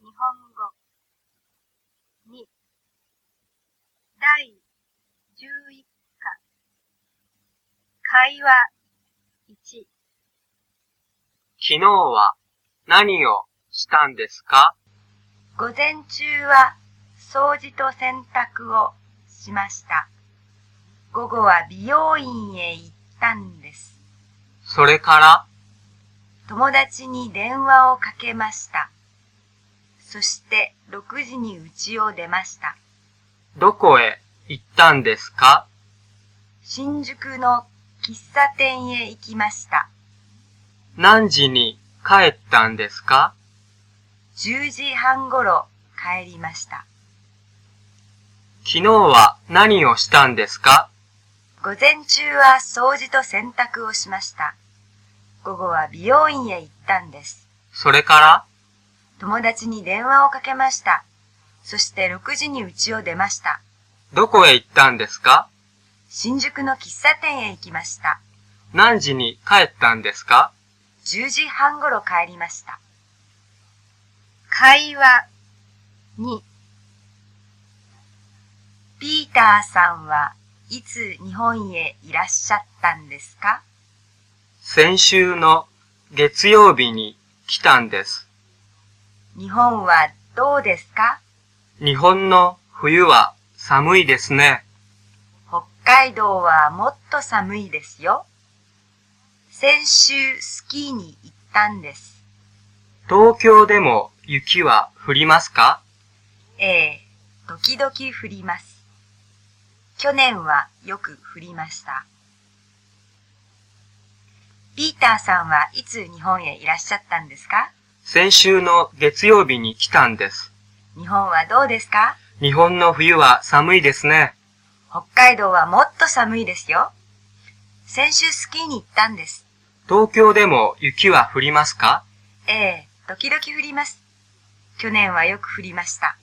日本語2第11課会話1昨日は何をしたんですか午前中は掃除と洗濯をしました。午後は美容院へ行ったんです。それから友達に電話をかけました。そして6時に家を出ました。どこへ行ったんですか新宿の喫茶店へ行きました。何時に帰ったんですか10時半ごろ帰りました。昨日は何をしたんですか午前中は掃除と洗濯をしました。午後は美容院へ行ったんです。それから友達に電話をかけました。そして6時に家を出ました。どこへ行ったんですか新宿の喫茶店へ行きました。何時に帰ったんですか10時半ごろ帰りました。会話2ピーターさんはいつ日本へいらっしゃったんですか先週の月曜日に来たんです。日本はどうですか日本の冬は寒いですね。北海道はもっと寒いですよ。先週スキーに行ったんです。東京でも雪は降りますかええ、時々降ります。去年はよく降りました。ピーターさんはいつ日本へいらっしゃったんですか先週の月曜日に来たんです。日本はどうですか日本の冬は寒いですね。北海道はもっと寒いですよ。先週スキーに行ったんです。東京でも雪は降りますかええ、時々降ります。去年はよく降りました。